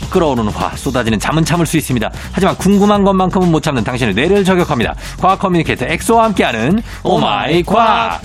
막 끓어오르는 화, 쏟아지는 잠은 참을 수 있습니다. 하지만 궁금한 것만큼은 못 참는 당신의 뇌를 저격합니다. 과학 커뮤니케이터 엑소와 함께하는 오마이 과학.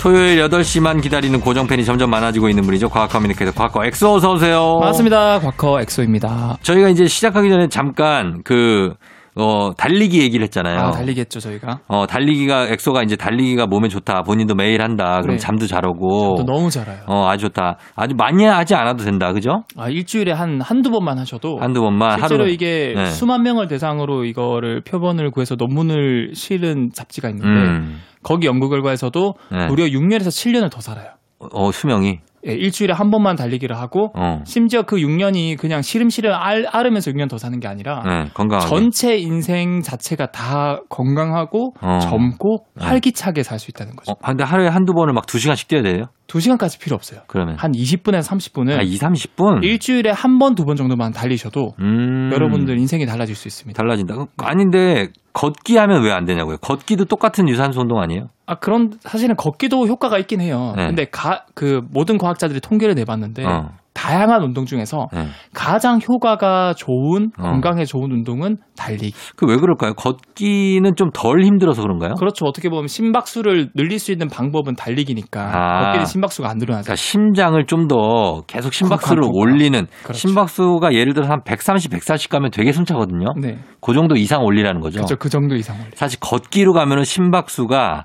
토요일 8시만 기다리는 고정팬이 점점 많아지고 있는 분이죠. 과학 커뮤니케이터 과거 엑소 어서 오세요. 반갑습니다. 과커 엑소입니다. 저희가 이제 시작하기 전에 잠깐 그, 어, 달리기 얘기를 했잖아요. 아, 달리겠죠, 저희가. 어, 달리기가, 엑소가 이제 달리기가 몸에 좋다. 본인도 매일 한다. 그럼 네. 잠도 잘 오고. 또 너무 잘아요. 어, 아주 좋다. 아주 많이 하지 않아도 된다. 그죠? 아, 일주일에 한, 한두 번만 하셔도. 한두 번만 어, 실제로 하루. 이게 네. 수만 명을 대상으로 이거를 표본을 구해서 논문을 실은 잡지가 있는데, 음. 거기 연구 결과에서도 네. 무려 6년에서 7년을 더 살아요. 어, 수명이. 예, 일주일에 한 번만 달리기를 하고, 어. 심지어 그 6년이 그냥 시름시름 알, 아르면서 6년 더 사는 게 아니라, 네, 건강하게. 전체 인생 자체가 다 건강하고, 어. 젊고, 네. 활기차게 살 수 있다는 거죠. 어, 근데 하루에 한두 번을 막 두 시간씩 뛰어야 돼요? 두시간까지 필요 없어요. 그러면. 한 20분에서 아, 30분은 2, 30분? 일주일에 한 번, 두 번 정도만 달리셔도 음. 여러분들 인생이 달라질 수 있습니다. 달라진다. 그- 아닌데, 걷기 하면 왜 안 되냐고요? 걷기도 똑같은 유산소 운동 아니에요? 아, 그런 사실은 걷기도 효과가 있긴 해요. 네. 근데 가, 그 모든 과학자들이 통계를 내봤는데 어. 다양한 운동 중에서 네. 가장 효과가 좋은 어. 건강에 좋은 운동은 달리기. 그 왜 그럴까요? 걷기는 좀 덜 힘들어서 그런가요? 그렇죠. 어떻게 보면 심박수를 늘릴 수 있는 방법은 달리기니까 아. 걷기는 심박수가 안 늘어나죠. 그러니까 심장을 좀 더 계속 심박수를 쿵쾅쿵쾅. 올리는 그렇죠. 심박수가 예를 들어 한 130, 140 가면 되게 숨차거든요. 네, 그 정도 이상 올리라는 거죠. 그렇죠. 그 정도 이상 올려. 사실 걷기로 가면은 심박수가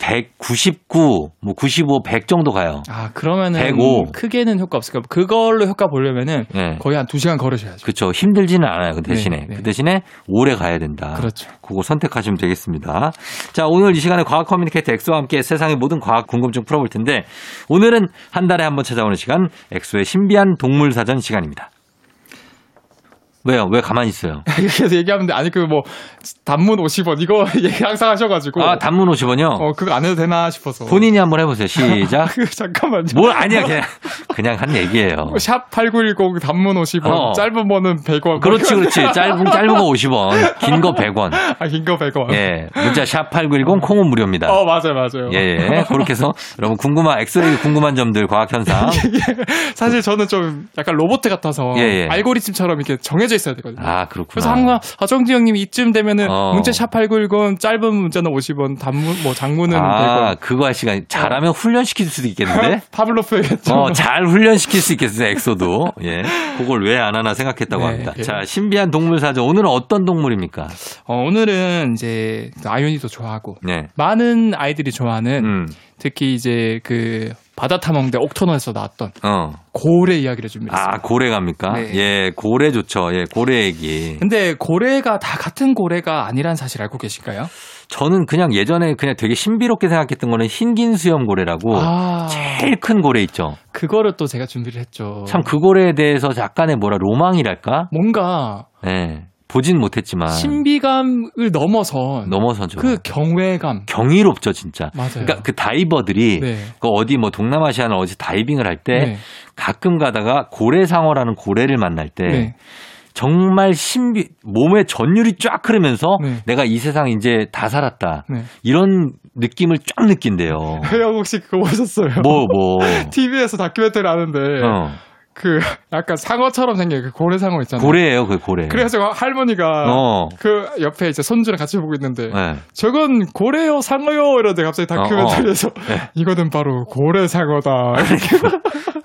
199, 뭐 95, 100 정도 가요. 아, 그러면은 105. 크게는 효과 없을까? 그걸로 효과 보려면은 예. 거의 한 두 시간 걸으셔야죠. 그렇죠. 힘들지는 않아요. 그 대신에 네, 네. 그 대신에 오래 가야 된다. 그렇죠. 그거 선택하시면 되겠습니다. 자, 오늘 이 시간에 과학 커뮤니케이터 엑소와 함께 세상의 모든 과학 궁금증 풀어볼 텐데 오늘은 한 달에 한 번 찾아오는 시간 엑소의 신비한 동물 사전 시간입니다. 왜요? 왜 가만히 있어요? 계속 얘기하는데 아니 그 뭐 단문 50원 이거 얘기 항상 하셔가지고 아, 단문 50원이요? 어 그거 안 해도 되나 싶어서 본인이 한번 해보세요. 시작. 그 잠깐만요 뭐 뭘 아니야 그냥 그냥 한 얘기예요. 샵8910 단문 50원 어. 짧은 번은 100원 뭐 그렇지 그렇지. 짧은 짧은 거 50원, 긴 거 100원. 아긴거 100원 예, 문자 샵 #8910 콩은 무료입니다. 어 맞아요 맞아요 예, 예. 그렇게 해서 여러분 궁금한 엑스레이 궁금한 점들 과학 현상. 사실 저는 좀 약간 로봇 같아서 예, 예. 알고리즘처럼 이렇게 정해져 있어야 되거든요 아 그렇구나. 그래서 항상 아 정지 형님 이쯤 되면은 어. 문자 샵8910 짧은 문자는 50원 단문 뭐 장문은 아 100원 그거 할 시간 잘하면 훈련시킬 수도 있겠는데. 파블로프겠죠 어, 잘 훈련시킬 수 있겠어요, 엑소도. 예. 그걸 왜 안 하나 생각했다고 네, 합니다. 예. 자, 신비한 동물 사전. 오늘은 어떤 동물입니까? 어, 오늘은 이제 아이언이도 좋아하고 네. 많은 아이들이 좋아하는 음, 특히 이제 그 바다 탐험대 옥터너에서 나왔던 어. 고래 이야기를 준비했습니다. 아, 고래 갑니까? 네. 예, 고래 좋죠. 예, 고래 얘기. 근데 고래가 다 같은 고래가 아니란 사실 알고 계신가요? 저는 그냥 예전에 그냥 되게 신비롭게 생각했던 거는 흰긴 수염 고래라고 아, 제일 큰 고래 있죠. 그거를 또 제가 준비를 했죠. 참 그 고래에 대해서 약간의 뭐라 로망이랄까? 뭔가 예. 보진 못했지만 신비감을 넘어서 넘어서죠. 그 경외감. 경이롭죠, 진짜. 맞아요. 그러니까 그 다이버들이 네. 그 어디 뭐 동남아시아나 어디 다이빙을 할 때 네. 가끔 가다가 고래상어라는 고래를 만날 때 네. 정말 신비 몸에 전율이 쫙 흐르면서 네. 내가 이 세상 이제 다 살았다 네. 이런 느낌을 쫙 느낀대요. 형 혹시 네, 그거 보셨어요? 뭐 뭐. TV에서 다큐멘터리 하는데 어. 그 약간 상어처럼 생긴 그 고래 상어 있잖아요. 고래예요, 그 고래. 그래서 할머니가 어. 그 옆에 이제 손주랑 같이 보고 있는데 네. 저건 고래요 상어요 이러는데 갑자기 다큐멘터리에서 네. 이거는 바로 고래 상어다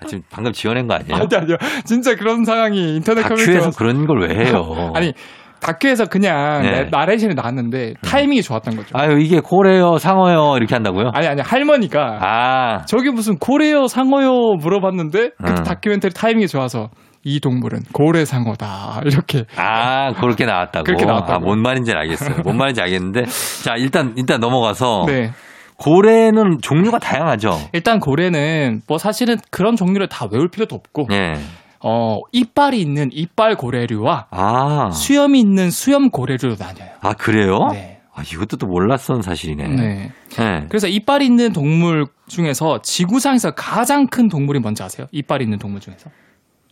지금 방금 지어낸 거 아니에요? 아니 아니요 진짜 그런 상황이 인터넷 다큐에서 커뮤니티에서 그런 걸 왜 해요? 아니 다큐에서 그냥 네. 음. 나- 나레이션이 나왔는데 타이밍이 좋았던 거죠 아유 이게 고래요, 상어요 이렇게 한다고요? 아니 아니 할머니가 아, 저게 무슨 고래요 상어요 물어봤는데 그 음. 다큐멘터리 타이밍이 좋아서 이 동물은 고래 상어다 이렇게 아 그렇게 나왔다고. 그렇게 나왔다고. 아, 뭔 말인지 알겠어요. 뭔 말인지 알겠는데, 자 일단 일단 넘어가서 네 고래는 종류가 다양하죠. 일단 고래는 뭐 사실은 그런 종류를 다 외울 필요도 없고 예. 어 이빨이 있는 이빨 고래류와 아, 수염이 있는 수염 고래류로 나뉘어요. 아 그래요? 네. 아, 이것도 또 몰랐던 사실이네. 네. 예. 그래서 이빨이 있는 동물 중에서 지구상에서 가장 큰 동물이 뭔지 아세요? 이빨이 있는 동물 중에서.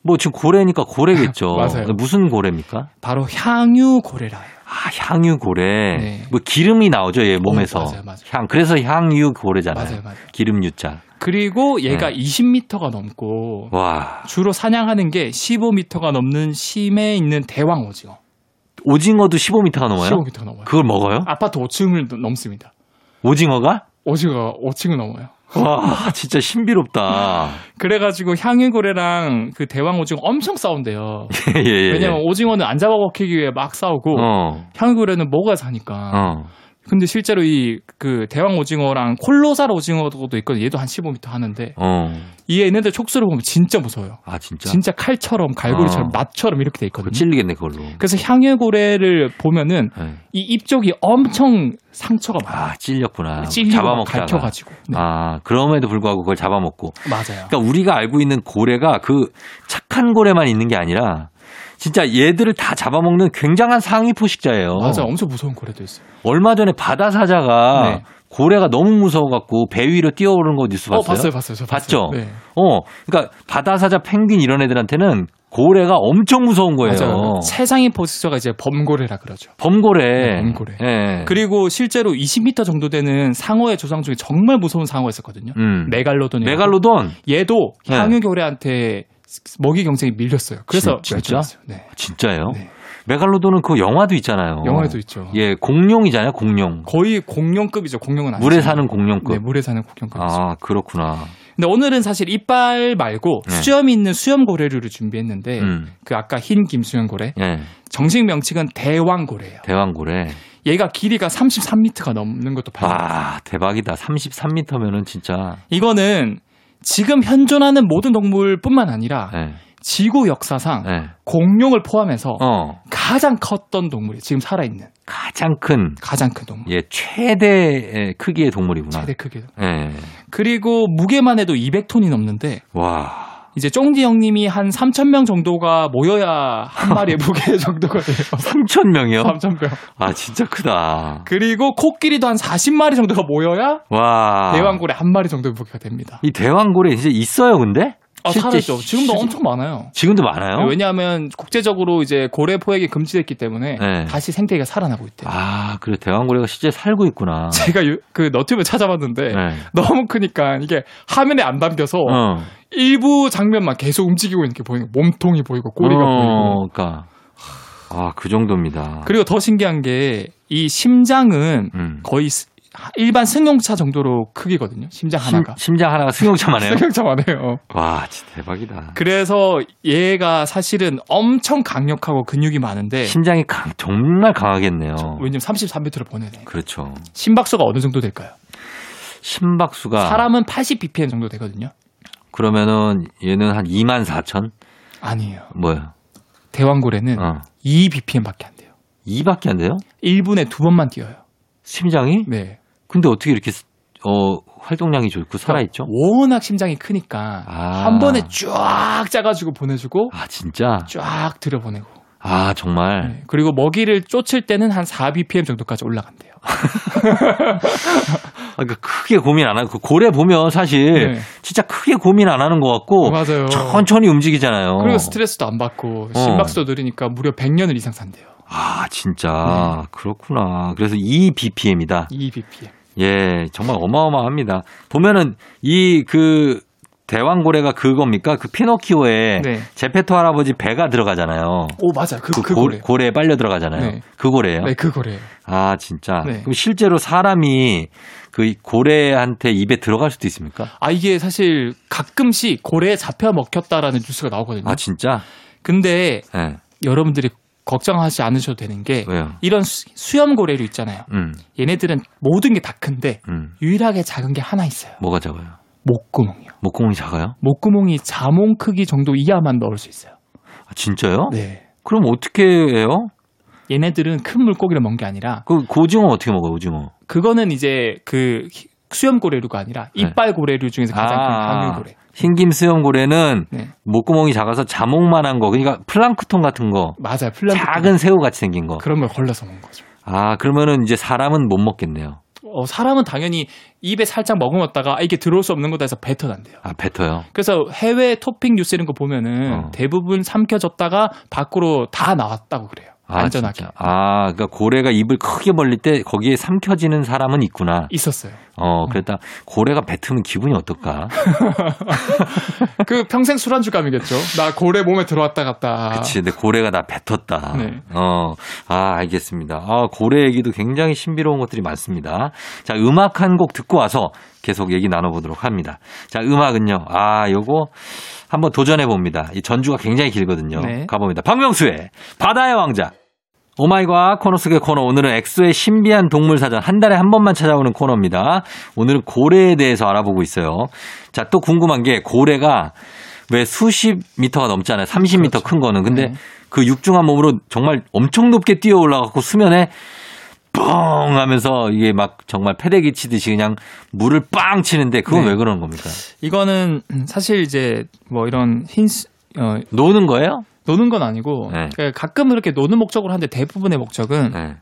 뭐 지금 고래니까 고래겠죠. 맞아요. 무슨 고래입니까? 바로 향유 고래라예요. 아, 향유 고래. 네. 뭐 기름이 나오죠, 얘 몸에서. 어, 맞아요, 맞아요. 향. 그래서 향유 고래잖아요. 맞아요, 맞아요. 기름 유자. 그리고 얘가 네. 20m가 넘고 와. 주로 사냥하는 게 15m가 넘는 심해에 있는 대왕 오징어. 오징어도 15m가 넘어요? 15m가 넘어요. 그걸 먹어요? 아파트 5층을 넘습니다. 오징어가? 오징어가 5층을 넘어요. 와, 진짜 신비롭다. 그래가지고 향유고래랑 그 대왕 오징어 엄청 싸운대요. 예, 예, 예. 왜냐면 오징어는 안 잡아먹히기 위해 막 싸우고 어, 향유고래는 뭐가 사니까. 어. 근데 실제로 이 그 대왕 오징어랑 콜로살 오징어도 있거든요. 얘도 한 15m 하는데 어. 얘 얘네들 촉수를 보면 진짜 무서워요. 아, 진짜. 진짜 칼처럼 갈고리처럼 어. 낫처럼 이렇게 돼 그거 있거든요. 찔리겠네, 그걸로. 그래서 향유고래를 보면은 예. 이 입 쪽이 엄청 상처가 많아요. 아, 찔렸구나. 찔리고 잡아먹다가. 갈켜가지고. 네, 아, 그럼에도 불구하고 그걸 잡아먹고. 맞아요. 그러니까 우리가 알고 있는 고래가 그 착한 고래만 있는 게 아니라 진짜 얘들을 다 잡아먹는 굉장한 상위 포식자예요. 맞아, 엄청 무서운 고래도 있어요. 얼마 전에 바다 사자가 네. 고래가 너무 무서워갖고 배 위로 뛰어오르는 거 뉴스 봤어요? 어, 봤어요, 봤어요. 저 봤어요. 봤죠? 네. 어, 그러니까 바다 사자, 펭귄 이런 애들한테는 고래가 엄청 무서운 거예요. 맞아요. 세상의 포스터가 이제 범고래라 그러죠. 범고래. 네, 범고래. 예. 그리고 실제로 20m 정도 되는 상어의 조상 중에 정말 무서운 상어가 있었거든요. 음. 메갈로돈이. 메갈로돈 얘도 네. 향유고래한테 먹이 경쟁이 밀렸어요. 그래서 진- 진짜? 멸종했어요. 네. 아, 진짜요? 네. 메갈로돈은 그 영화도 있잖아요. 영화에도 있죠. 예, 공룡이잖아요, 공룡. 거의 공룡급이죠. 공룡은 아니죠. 물에 사는 공룡급. 네, 물에 사는 공룡급이죠. 아, 그렇구나. 근데 오늘은 사실 이빨 말고 네. 수염이 있는 수염고래류를 준비했는데 음. 그 아까 흰 김수염고래 예, 정식 명칭은 대왕고래예요. 대왕고래. 얘가 길이가 33m가 넘는 아. 것도 발견. 와, 대박이다. 33m면은 진짜. 이거는 지금 현존하는 모든 동물뿐만 아니라 예, 지구 역사상 예. 공룡을 포함해서 어, 가장 컸던 동물이 지금 살아있는 가장 큰, 가장 큰 동물. 예, 최대 크기의 동물이구나. 최대 크기도. 예. 그리고 무게만 해도 200톤이 넘는데 와. 이제 쫑디 형님이 한 3천 명 정도가 모여야 한 마리의 무게 정도가 돼요. 3,000명이요? 3천 명. 아, 진짜 크다. 그리고 코끼리도 한 40마리 정도가 모여야 와. 대왕고래 한 마리 정도의 무게가 됩니다. 이 대왕고래 이제 있어요, 근데? 아, 실제 살아있죠. 시- 지금도 시- 엄청 네, 많아요. 지금도 많아요? 왜냐하면 국제적으로 이제 고래 포획이 금지됐기 때문에 네. 다시 생태계가 살아나고 있대요. 아, 그래. 대왕고래가 실제 살고 있구나. 제가 유- 그 너튜브 찾아봤는데 네. 너무 크니까 이게 화면에 안 담겨서 어. 일부 장면만 계속 움직이고 있는 게 보이는 거예요. 몸통이 보이고 꼬리가 보이고. 그러니까. 아, 그 정도입니다. 그리고 더 신기한 게 이 심장은 음. 거의 스- 일반 승용차 정도로 크기거든요. 심장 하나가. 심, 장 하나가 승용차만 해요? 승용차만 해요. 어. 와, 진짜 대박이다. 그래서 얘가 사실은 엄청 강력하고 근육이 많은데 심장이 강, 정말 강하겠네요. 왜냐면 33m를 보내네. 그렇죠. 심박수가 어느 정도 될까요? 심박수가 사람은 80bpm 정도 되거든요. 그러면은 얘는 한 2만 4천? 아니에요. 뭐야? 대왕고래는 어. 2bpm밖에 안 돼요. 2밖에 안 돼요? 1분에 두 번만 뛰어요. 심장이? 네. 근데 어떻게 이렇게 어, 활동량이 좋고 살아 음. 있죠? 워낙 심장이 크니까 아. 한 번에 쫙 짜가지고 보내주고 아, 진짜? 쫙 들여보내고 아, 정말. 네. 그리고 먹이를 쫓을 때는 한 4bpm 정도까지 올라간대요. 아, 그러니까 크게 고민 안 하고 그 고래 보면 사실 네. 진짜 크게 고민 안 하는 것 같고 맞아요. 천천히 움직이잖아요. 그리고 스트레스도 안 받고 어. 심박수도 느리니까 무려 100년을 이상 산대요. 아, 네. 진짜. 그렇구나. 그래서 이 BPM이다. 2bpm. 예, 정말 어마어마합니다. 보면은 이 그 대왕고래가 그겁니까? 그 피노키오에 네. 제페토 할아버지 배가 들어가잖아요. 오 맞아. 그, 그, 고- 고래. 고래에 빨려 들어가잖아요. 네. 그 고래예요? 네, 그 고래. 아, 진짜. 네. 그럼 실제로 사람이 그 고래한테 입에 들어갈 수도 있습니까? 아 이게 사실 가끔씩 고래에 잡혀 먹혔다라는 뉴스가 나오거든요. 아, 진짜? 근데 예. 여러분들이 걱정하지 않으셔도 되는 게 왜요? 이런 수, 수염 고래류 있잖아요. 음. 얘네들은 모든 게 다 큰데 음. 유일하게 작은 게 하나 있어요. 뭐가 작아요? 목구멍이요. 목구멍이 작아요? 목구멍이 자몽 크기 정도 이하만 넣을 수 있어요. 아, 진짜요? 네. 그럼 어떻게 해요? 얘네들은 큰 물고기를 먹는 게 아니라 그 고징어 어떻게 먹어요, 오징어? 그거는 이제 그 히- 수염 고래류가 아니라 네. 이빨 고래류 중에서 가장 큰 아. 강유 고래. 흰김수염 고래는 네. 목구멍이 작아서 자몽만한 거, 그러니까 플랑크톤 같은 거, 맞아요. 플란트 그 작은 새우 같이 생긴 거. 그런 걸 걸러서 먹는 거죠. 아 그러면은 이제 사람은 못 먹겠네요. 어, 사람은 당연히 입에 살짝 머금었다가 아, 이게 들어올 수 없는 거다 해서 뱉어난대요. 아, 뱉어요. 그래서 해외 토핑 뉴스 이런 거 보면은 어. 대부분 삼켜졌다가 밖으로 다 나왔다고 그래요. 아, 안전하게 진짜. 아, 그러니까 고래가 입을 크게 벌릴 때 거기에 삼켜지는 사람은 있구나. 있었어요. 어, 그랬다. 고래가 뱉으면 기분이 어떨까? 그 평생 술안주감이겠죠. 나 고래 몸에 들어왔다 갔다. 그치. 근데 고래가 나 뱉었다. 네. 어, 아, 알겠습니다. 아, 고래 얘기도 굉장히 신비로운 것들이 많습니다. 자, 음악 한 곡 듣고 와서 계속 얘기 나눠보도록 합니다. 자, 음악은요. 아, 요거 한번 도전해봅니다. 이 전주가 굉장히 길거든요. 네. 가봅니다. 박명수의 바다의 왕자. 오마이과 코너 속의 코너 오늘은 엑소의 신비한 동물 사전 한 달에 한 번만 찾아오는 코너입니다. 오늘은 고래에 대해서 알아보고 있어요. 자 또 궁금한 게 고래가 왜 수십 미터가 넘잖아요. 30미터 그렇죠. 큰 거는 근데 네. 그 육중한 몸으로 정말 엄청 높게 뛰어 올라가고 수면에 뻥 하면서 이게 막 정말 패대기 치듯이 그냥 물을 빵 치는데 그건 네. 왜 그러는 겁니까? 이거는 사실 이제 뭐 이런 흰 수- 어, 노는 거예요? 노는 건 아니고 네. 그러니까 가끔 이렇게 노는 목적으로 하는데 대부분의 목적은 네.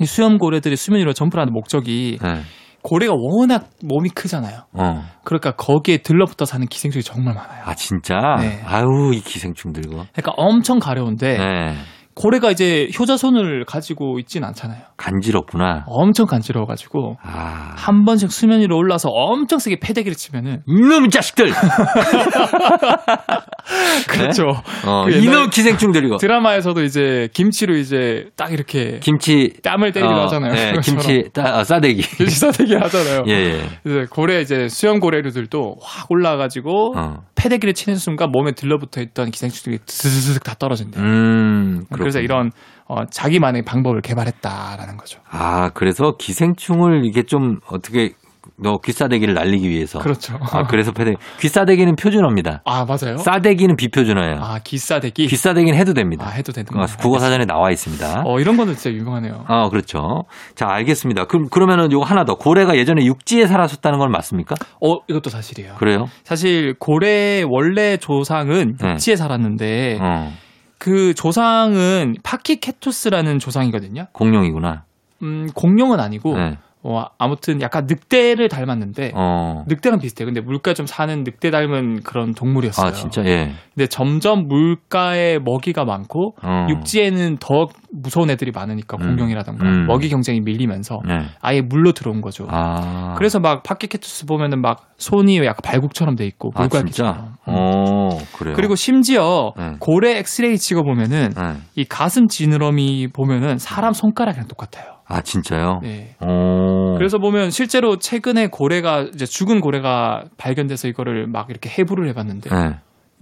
이 수염 고래들이 수면 위로 점프하는 목적이 네. 고래가 워낙 몸이 크잖아요. 어. 그러니까 거기에 들러붙어 사는 기생충이 정말 많아요. 아 진짜? 네. 아우 이 기생충들 이거. 그러니까 엄청 가려운데 네. 고래가 이제 효자손을 가지고 있진 않잖아요. 간지럽구나. 엄청 간지러워가지고 아. 한 번씩 수면 위로 올라서 엄청 세게 패대기를 치면은 이놈 자식들! 네. 그렇죠. 어, 그 옛날- 이놈 기생충들 이거. 드라마에서도 이제 김치로 이제 딱 이렇게 김치. 땀을 때리기도 어, 하잖아요. 네, 그것처럼. 김치 따, 어, 싸대기. 일시사대기 하잖아요. 예, 예. 이제 고래 이제 수염 고래류들도 확 올라가지고 어. 패대기를 치는 순간 몸에 들러붙어 있던 기생충들이 스스스득 다 떨어진대요. 음. 그렇군요. 그래서 이런 어, 자기만의 방법을 개발했다라는 거죠. 아, 그래서 기생충을 이게 좀 어떻게, 너 귀싸대기를 날리기 위해서. 그렇죠. 아, 그래서 패대 귀싸대기는 표준어입니다. 아 맞아요. 싸대기는 비표준어예요. 아 기싸대기. 귀싸대기는 해도 아 됩니다. 해도 되는 어, 거예요. 국어사전에 나와 있습니다. 어 이런 거는 진짜 유명하네요. 아, 그렇죠. 자, 알겠습니다. 그럼, 그러면은 요거 하나 더. 고래가 예전에 육지에 살았었다는 건 맞습니까? 어 이것도 사실이에요. 그래요? 사실 고래의 원래 조상은 음. 육지에 살았는데 어, 그 조상은 파키케투스라는 조상이거든요. 공룡이구나. 음 공룡은 아니고 네. 어, 아무튼 약간 늑대를 닮았는데 어. 늑대랑 비슷해요. 근데 물가 좀 사는 늑대 닮은 그런 동물이었어요. 아, 진짜? 예. 근데 점점 물가에 먹이가 많고 어. 육지에는 더 무서운 애들이 많으니까 음. 공룡이라던가 음. 먹이 경쟁이 밀리면서 네. 아예 물로 들어온 거죠. 아. 그래서 막 파키케투스 보면은 막 손이 약간 발국처럼 돼 있고 아, 물갈기처럼. 음. 진짜? 어, 그래요. 그리고 심지어 네. 고래 엑스레이 찍어 보면은 네. 이 가슴 지느러미 보면은 사람 손가락이랑 똑같아요. 아, 진짜요? 네. 어. 그래서 보면 실제로 최근에 고래가 이제 죽은 고래가 발견돼서 이거를 막 이렇게 해부를 해봤는데 네.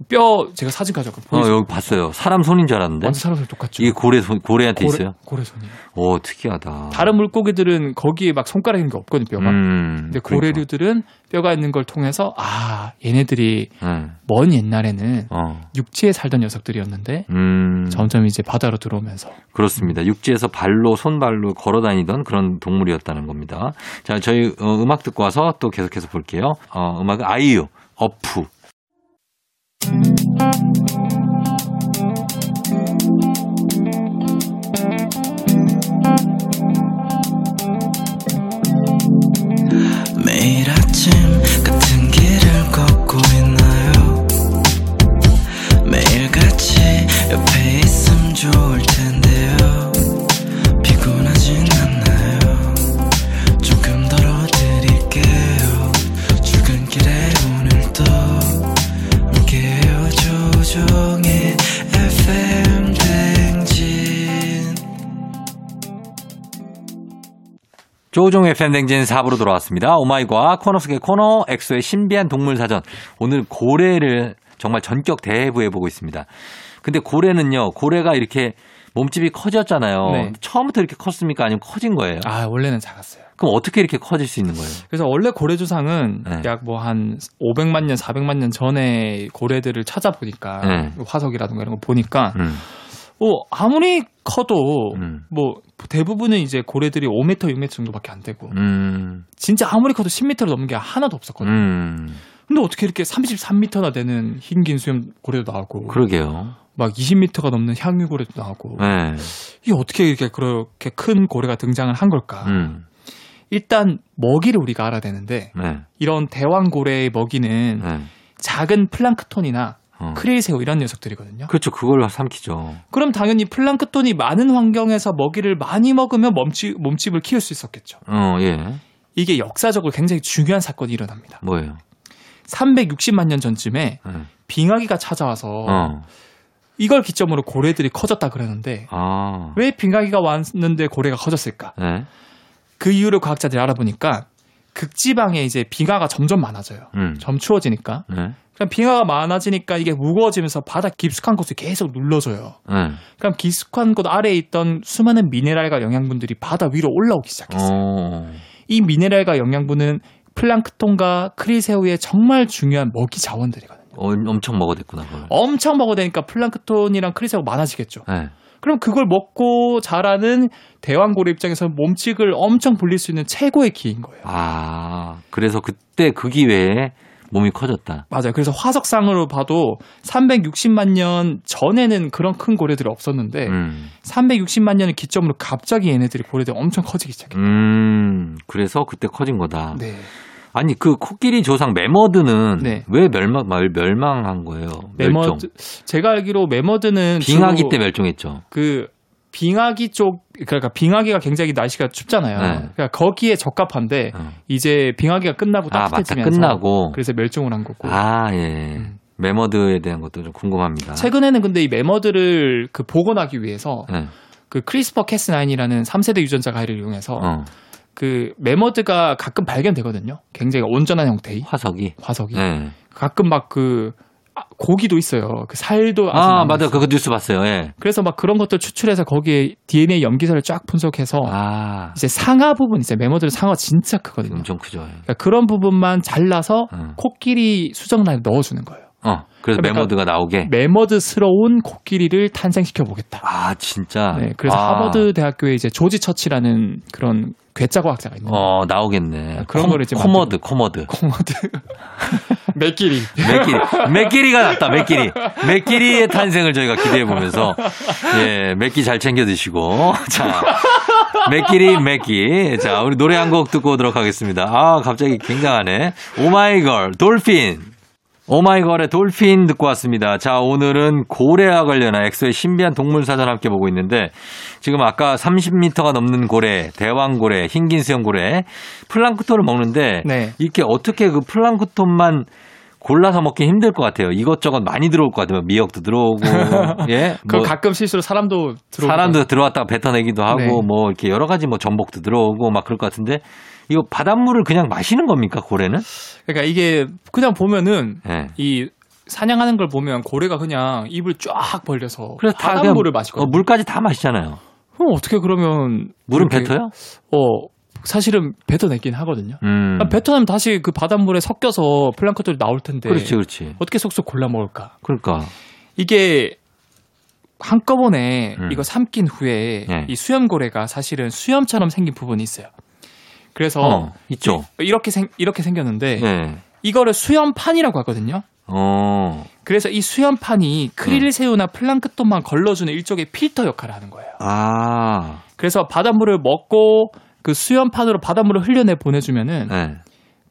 뼈 제가 사진 가져가 어, 보여요. 여기 봤어요. 사람 손인 줄 알았는데. 완전 사람 손 똑같죠. 이게 고래 손, 고래한테 고래, 있어요? 고래 손이에요. 오, 특이하다. 다른 물고기들은 거기에 막 손가락 있는 게 없거든요, 뼈가. 음, 근데 그러니까. 고래류들은 뼈가 있는 걸 통해서 아, 얘네들이 네. 먼 옛날에는 어. 육지에 살던 녀석들이었는데 음. 점점 이제 바다로 들어오면서 그렇습니다. 육지에서 발로, 손발로 걸어 다니던 그런 동물이었다는 겁니다. 자, 저희 어, 음악 듣고 와서 또 계속해서 볼게요. 어, 음악은 아이유, 어프. 매일 아침 같은 길을 걷고 있나요 매일 같이 옆에 있음 좋을 텐데요 피곤하진 않나요 조금 덜어드릴게요 출근길에 오늘도 함께해요 조종의 FM 댕진 조종의 팬댕진 4부로 돌아왔습니다. 오마이과 코너 속의 코너 엑소의 신비한 동물 사전. 오늘 고래를 정말 전격 대회부해 보고 있습니다. 근데 고래는요. 고래가 이렇게 몸집이 커졌잖아요. 네. 처음부터 이렇게 컸습니까? 아니면 커진 거예요? 아, 원래는 작았어요. 그럼 어떻게 이렇게 커질 수 있는 거예요? 그래서 원래 고래 조상은 네. 약 뭐 한 500만 년, 400만 년 전에 고래들을 찾아보니까 네. 화석이라든가 이런 거 보니까 음, 어, 아무리 커도 음, 뭐 대부분은 이제 고래들이 5m, 6m 정도밖에 안 되고 음, 진짜 아무리 커도 10m를 넘는 게 하나도 없었거든요. 음. 근데 어떻게 이렇게 33m나 되는 흰 긴 수염 고래도 나오고 그러게요. 막 20m가 넘는 향유 고래도 나오고 네. 이게 어떻게 이렇게 그렇게 큰 고래가 등장을 한 걸까? 음, 일단 먹이를 우리가 알아야 되는데 네. 이런 대왕고래의 먹이는 네. 작은 플랑크톤이나 어. 크릴새우 이런 녀석들이거든요. 그렇죠. 그걸 삼키죠. 그럼 당연히 플랑크톤이 많은 환경에서 먹이를 많이 먹으면 몸집, 몸집을 키울 수 있었겠죠. 어, 예. 이게 역사적으로 굉장히 중요한 사건이 일어납니다. 뭐예요? 360만 년 전쯤에 네. 빙하기가 찾아와서 어. 이걸 기점으로 고래들이 커졌다 그러는데 아. 왜 빙하기가 왔는데 고래가 커졌을까? 네. 그 이유를 과학자들이 알아보니까 극지방에 이제 빙하가 점점 많아져요. 음. 점 추워지니까. 네. 그럼 빙하가 많아지니까 이게 무거워지면서 바다 깊숙한 곳을 계속 눌러줘요. 네. 그럼 깊숙한 곳 아래에 있던 수많은 미네랄과 영양분들이 바다 위로 올라오기 시작했어요. 어. 이 미네랄과 영양분은 플랑크톤과 크릴새우의 정말 중요한 먹이 자원들이거든요. 어, 엄청 먹어댔구나. 그걸. 엄청 먹어대니까 플랑크톤이랑 크릴새우 가 많아지겠죠. 네. 그럼 그걸 먹고 자라는 대왕고래 입장에서 몸집을 엄청 불릴 수 있는 최고의 기인 거예요. 아. 그래서 그때 그 기회에 몸이 커졌다. 맞아요. 그래서 화석상으로 봐도 360만 년 전에는 그런 큰 고래들이 없었는데 음. 360만 년을 기점으로 갑자기 얘네들이 고래들이 엄청 커지기 시작해요. 음. 그래서 그때 커진 거다. 네. 아니 그 코끼리 조상 메머드는 네. 왜 멸망 말- 멸망한 거예요? 멸종. 메머드 제가 알기로 메머드는 빙하기 주로 때 멸종했죠. 그 빙하기 쪽 그러니까 빙하기가 굉장히 날씨가 춥잖아요. 네. 그러니까 거기에 적합한데 어. 이제 빙하기가 끝나고 아 맞다 따뜻해지면서 끝나고 어, 그래서 멸종을 한 거고. 아 예. 음. 메머드에 대한 것도 좀 궁금합니다. 최근에는 근데 이 메머드를 그 복원하기 위해서 예. 그 크리스퍼 캐스9이라는 3세대 유전자 가위를 이용해서 어. 그 메머드가 가끔 발견되거든요. 굉장히 온전한 형태의 화석이. 화석이. 예. 가끔 막 그 고기도 있어요. 그 살도 아직 아 남아있어요. 맞아 그거 뉴스 봤어요. 예. 그래서 막 그런 것들 추출해서 거기에 DNA 염기서를 쫙 분석해서 아 이제 상하 부분 있어요. 메머들 상하 진짜 크거든요. 엄청 크죠. 예. 그러니까 그런 부분만 잘라서 어. 코끼리 수정란에 넣어주는 거예요. 어. 그래서 그러니까- 메머드가 나오게. 메머드스러운 코끼리를 탄생시켜 보겠다. 아 진짜. 네, 그래서 아, 하버드 대학교에 이제 조지 처치라는 그런 괴짜 과학자가 있는 거예요. 어 나오겠네. 그런 코- 거를 이제 코머드 코머드. 코모드 맥끼리 맥끼리. 맥끼리가 났다, 맥끼리. 맥끼리의 탄생을 저희가 기대해 보면서, 예, 맥끼 잘 챙겨 드시고. 자, 맥끼리, 맥끼. 자, 우리 노래 한 곡 듣고 오도록 하겠습니다. 아, 갑자기 굉장하네. 오마이걸, 돌핀. 오마이걸의 돌핀 듣고 왔습니다. 자, 오늘은 고래와 관련한 엑소의 신비한 동물 사전 함께 보고 있는데, 지금 아까 30m가 넘는 고래, 대왕고래, 흰긴 수염고래, 플랑크톤을 먹는데, 네. 이렇게 어떻게 그 플랑크톤만 골라서 먹기 힘들 것 같아요. 이것저것 많이 들어올 것 같아요. 미역도 들어오고, 예. 뭐 그럼 가끔 실수로 사람도 들어오고 사람도 들어왔다가 뱉어내기도 하고, 네. 뭐 이렇게 여러 가지 뭐 전복도 들어오고 막 그럴 것 같은데, 이거 바닷물을 그냥 마시는 겁니까, 고래는? 그러니까 이게 그냥 보면은 예. 이 사냥하는 걸 보면 고래가 그냥 입을 쫙 벌려서 그래서 다 그냥 바닷물을 어, 마시거든요. 물까지 다 마시잖아요. 그럼 어떻게 그러면 물은 이렇게- 뱉어요? 어 사실은 뱉어내긴 하거든요. 음. 그러니까 뱉어내면 네. 다시 그 바닷물에 섞여서 플랑크톤이 나올 텐데 그렇지, 그렇지. 어떻게 쏙쏙 골라 먹을까? 그러니까. 이게 한꺼번에 음. 이거 삼킨 후에 네. 이 수염고래가 사실은 수염처럼 생긴 부분이 있어요. 그래서 어, 네. 있죠. 이렇게 생 이렇게 생겼는데 예. 이거를 수염판이라고 하거든요. 어. 그래서 이 수염판이 네. 크릴새우나 플랑크톤만 걸러주는 일종의 필터 역할을 하는 거예요. 아. 그래서 바닷물을 먹고 그 수염판으로 바닷물을 흘려내 보내주면은 예.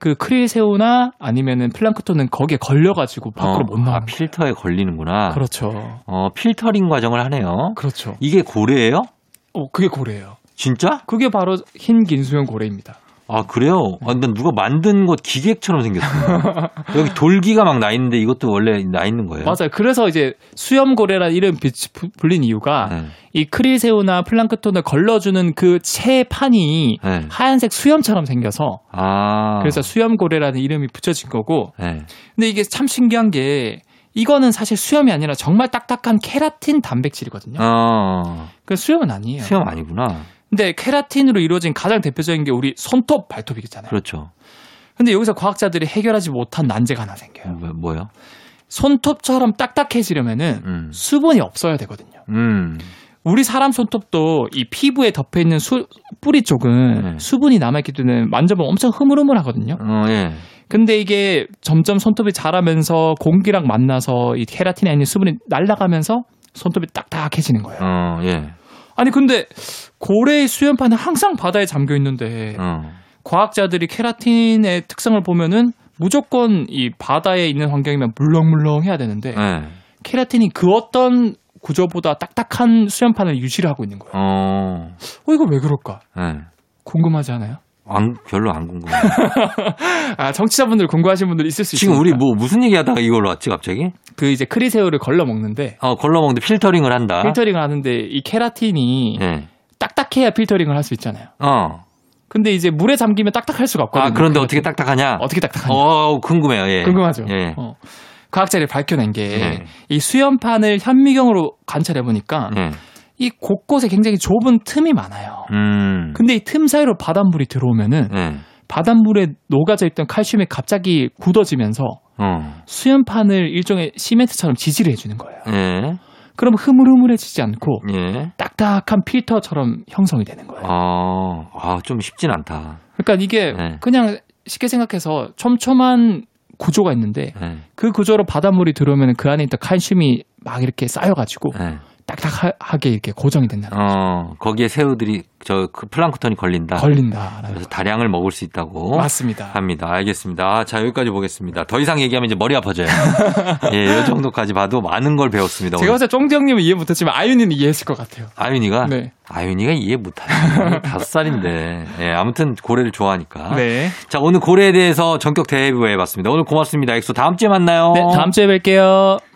그 크릴새우나 아니면은 플랑크톤은 거기에 걸려가지고 어, 밖으로 못 나와. 아, 필터에 걸리는구나. 그렇죠. 어, 필터링 과정을 하네요. 그렇죠. 이게 고래예요? 어, 그게 고래예요. 진짜? 그게 바로 흰 긴수염 고래입니다. 아 그래요? 아, 난 누가 만든 것 기계처럼 생겼어요. 여기 돌기가 막 나 있는데 이것도 원래 나 있는 거예요? 맞아요. 그래서 이제 수염 고래라는 이름 빛이 부- 불린 이유가 네. 이 크릴새우나 플랑크톤을 걸러주는 그 체판이 네. 하얀색 수염처럼 생겨서 아. 그래서 수염고래라는 이름이 붙여진 거고 네. 근데 이게 참 신기한 게 이거는 사실 수염이 아니라 정말 딱딱한 케라틴 단백질이거든요. 어. 그 수염은 아니에요. 수염 아니구나. 근데 케라틴으로 이루어진 가장 대표적인 게 우리 손톱, 발톱 있잖아요. 그렇죠. 근데 여기서 과학자들이 해결하지 못한 난제가 하나 생겨요. 뭐, 뭐요? 손톱처럼 딱딱해지려면은 음. 수분이 없어야 되거든요. 음. 우리 사람 손톱도 이 피부에 덮여 있는 수- 뿌리 쪽은 네. 수분이 남아있기 때문에 만져보면 엄청 흐물흐물하거든요. 어 예. 근데 이게 점점 손톱이 자라면서 공기랑 만나서 이 케라틴에 있는 수분이 날아가면서 손톱이 딱딱해지는 거예요. 어 예. 아니 근데 고래의 수염판은 항상 바다에 잠겨 있는데 어. 과학자들이 케라틴의 특성을 보면은 무조건 이 바다에 있는 환경이면 물렁물렁 해야 되는데 네. 케라틴이 그 어떤 구조보다 딱딱한 수면판을 유지를 하고 있는 거예요. 어, 어 이거 왜 그럴까? 네. 궁금하지 않아요? 안, 별로 안 궁금해. 아 정치자분들 궁금하신 분들 있을 수 있어요. 지금 우리 뭐 무슨 얘기 하다가 이걸로 왔지, 갑자기? 그 이제 크리새우를 걸러 먹는데 어, 걸러먹는데 필터링을 한다. 필터링을 하는데 이 케라틴이 예. 딱딱해야 필터링을 할 수 있잖아요. 어. 근데 이제 물에 잠기면 딱딱할 수가 아, 없거든요. 그런데 어떻게 딱딱하냐? 어떻게 딱딱하냐? 어, 궁금해요, 예. 궁금하죠. 예. 어. 과학자들이 밝혀낸 게 이 예. 수염판을 현미경으로 관찰해 보니까 예. 이 곳곳에 굉장히 좁은 틈이 많아요. 음. 근데 이 틈 사이로 바닷물이 들어오면은 예. 바닷물에 녹아져 있던 칼슘이 갑자기 굳어지면서 어. 수염판을 일종의 시멘트처럼 지지를 해주는 거예요. 예. 그럼 흐물흐물해지지 않고 예. 딱딱한 필터처럼 형성이 되는 거예요. 어. 아, 좀 쉽진 않다. 그러니까 이게 네. 그냥 쉽게 생각해서 촘촘한 구조가 있는데 예. 그 구조로 바닷물이 들어오면 그 안에 있던 칼슘이 막 이렇게 쌓여가지고 예. 딱딱하게 이렇게 고정이 된다. 어, 거기에 새우들이 저그 플랑크톤이 걸린다. 걸린다라는 그래서 다량을 먹을 수 있다고 거. 맞습니다. 합니다. 알겠습니다. 아, 자, 여기까지 보겠습니다. 더 이상 얘기하면 이제 머리 아파져요. 예, 이 정도까지 봐도 많은 걸 배웠습니다. 제가 오늘. 봤을 때 쫑디 형님은 이해 못했지만 아윤이는 이해했을 것 같아요. 아윤이가 네. 아윤이가 이해 못하네. 다섯 살인데. 예, 아무튼 고래를 좋아하니까. 네. 자, 오늘 고래에 대해서 전격 네, 대회해봤습니다. 오늘 고맙습니다. 엑소 다음 주에 만나요. 네, 다음 주에 뵐게요.